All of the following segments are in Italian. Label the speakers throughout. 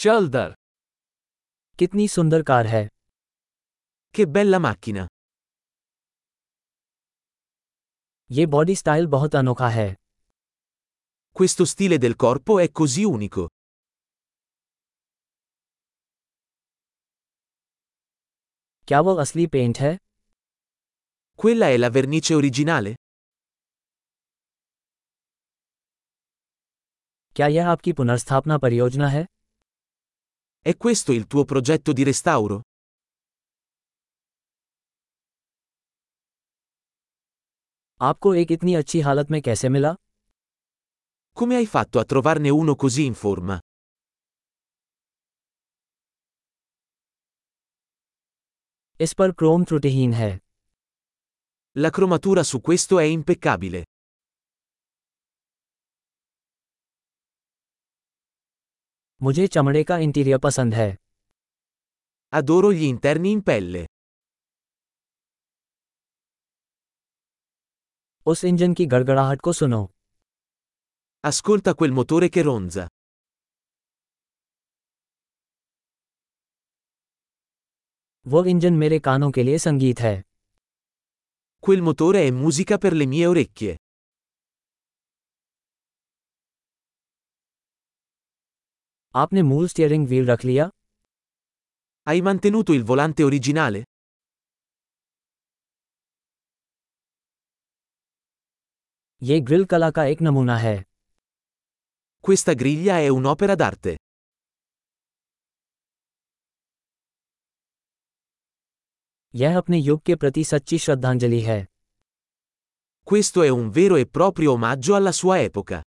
Speaker 1: C'è dar.
Speaker 2: कितनी सुंदर car है
Speaker 1: Che bella macchina.
Speaker 2: ये बॉडी स्टाइल बहुत अनोखा है
Speaker 1: Questo stile del corpo è così unico.
Speaker 2: क्या वो असली पेंट है
Speaker 1: Quella è la vernice originale?
Speaker 2: क्या यह आपकी पुनर्स्थापना परियोजना है
Speaker 1: È questo il tuo progetto di restauro?
Speaker 2: आपको एक इतनी अच्छी हालत में कैसे मिला
Speaker 1: Come hai fatto a trovarne uno così in forma?
Speaker 2: इस पर क्रोम त्रुटिहीन है
Speaker 1: La cromatura su questo è impeccabile.
Speaker 2: मुझे चमड़े का इंटीरियर पसंद है
Speaker 1: Adoro gli interni in pelle.
Speaker 2: उस इंजन की गड़गड़ाहट को सुनो
Speaker 1: Ascolta quel motore che ronza.
Speaker 2: वो इंजन मेरे कानों के लिए संगीत है
Speaker 1: Quel motore è musica per le mie orecchie.
Speaker 2: आपने मूल स्टीयरिंग व्हील रख लिया
Speaker 1: Hai mantenuto il volante originale?
Speaker 2: ये ग्रिल कला का एक नमूना है
Speaker 1: Questa griglia è un'opera d'arte.
Speaker 2: यह अपने युग के प्रति सच्ची श्रद्धांजलि है
Speaker 1: Questo è un vero e proprio omaggio alla sua epoca.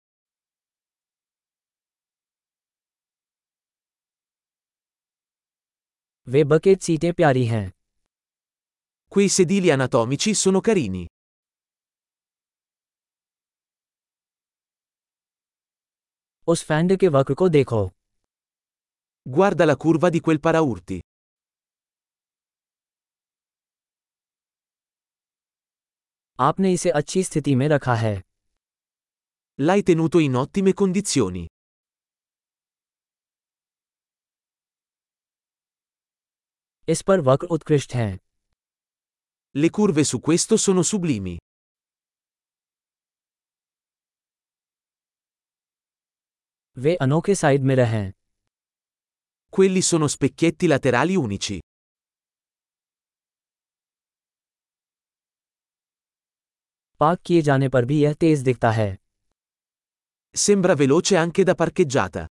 Speaker 2: वे बकेट सीटें प्यारी हैं
Speaker 1: Quei sedili anatomici sono carini.
Speaker 2: उस फैंड के वक्र को देखो
Speaker 1: Guarda la curva di quel paraurti.
Speaker 2: आपने इसे अच्छी स्थिति में रखा है
Speaker 1: L'hai tenuto in ottime condizioni.
Speaker 2: इस पर वक्र उत्कृष्ट हैं
Speaker 1: Le curve su questo sono sublimi.
Speaker 2: वे अनोखे साइड मिरर हैं
Speaker 1: Quelli sono specchietti laterali unici.
Speaker 2: Park किए जाने पर भी यह तेज दिखता है
Speaker 1: Sembra veloce anche da parcheggiata.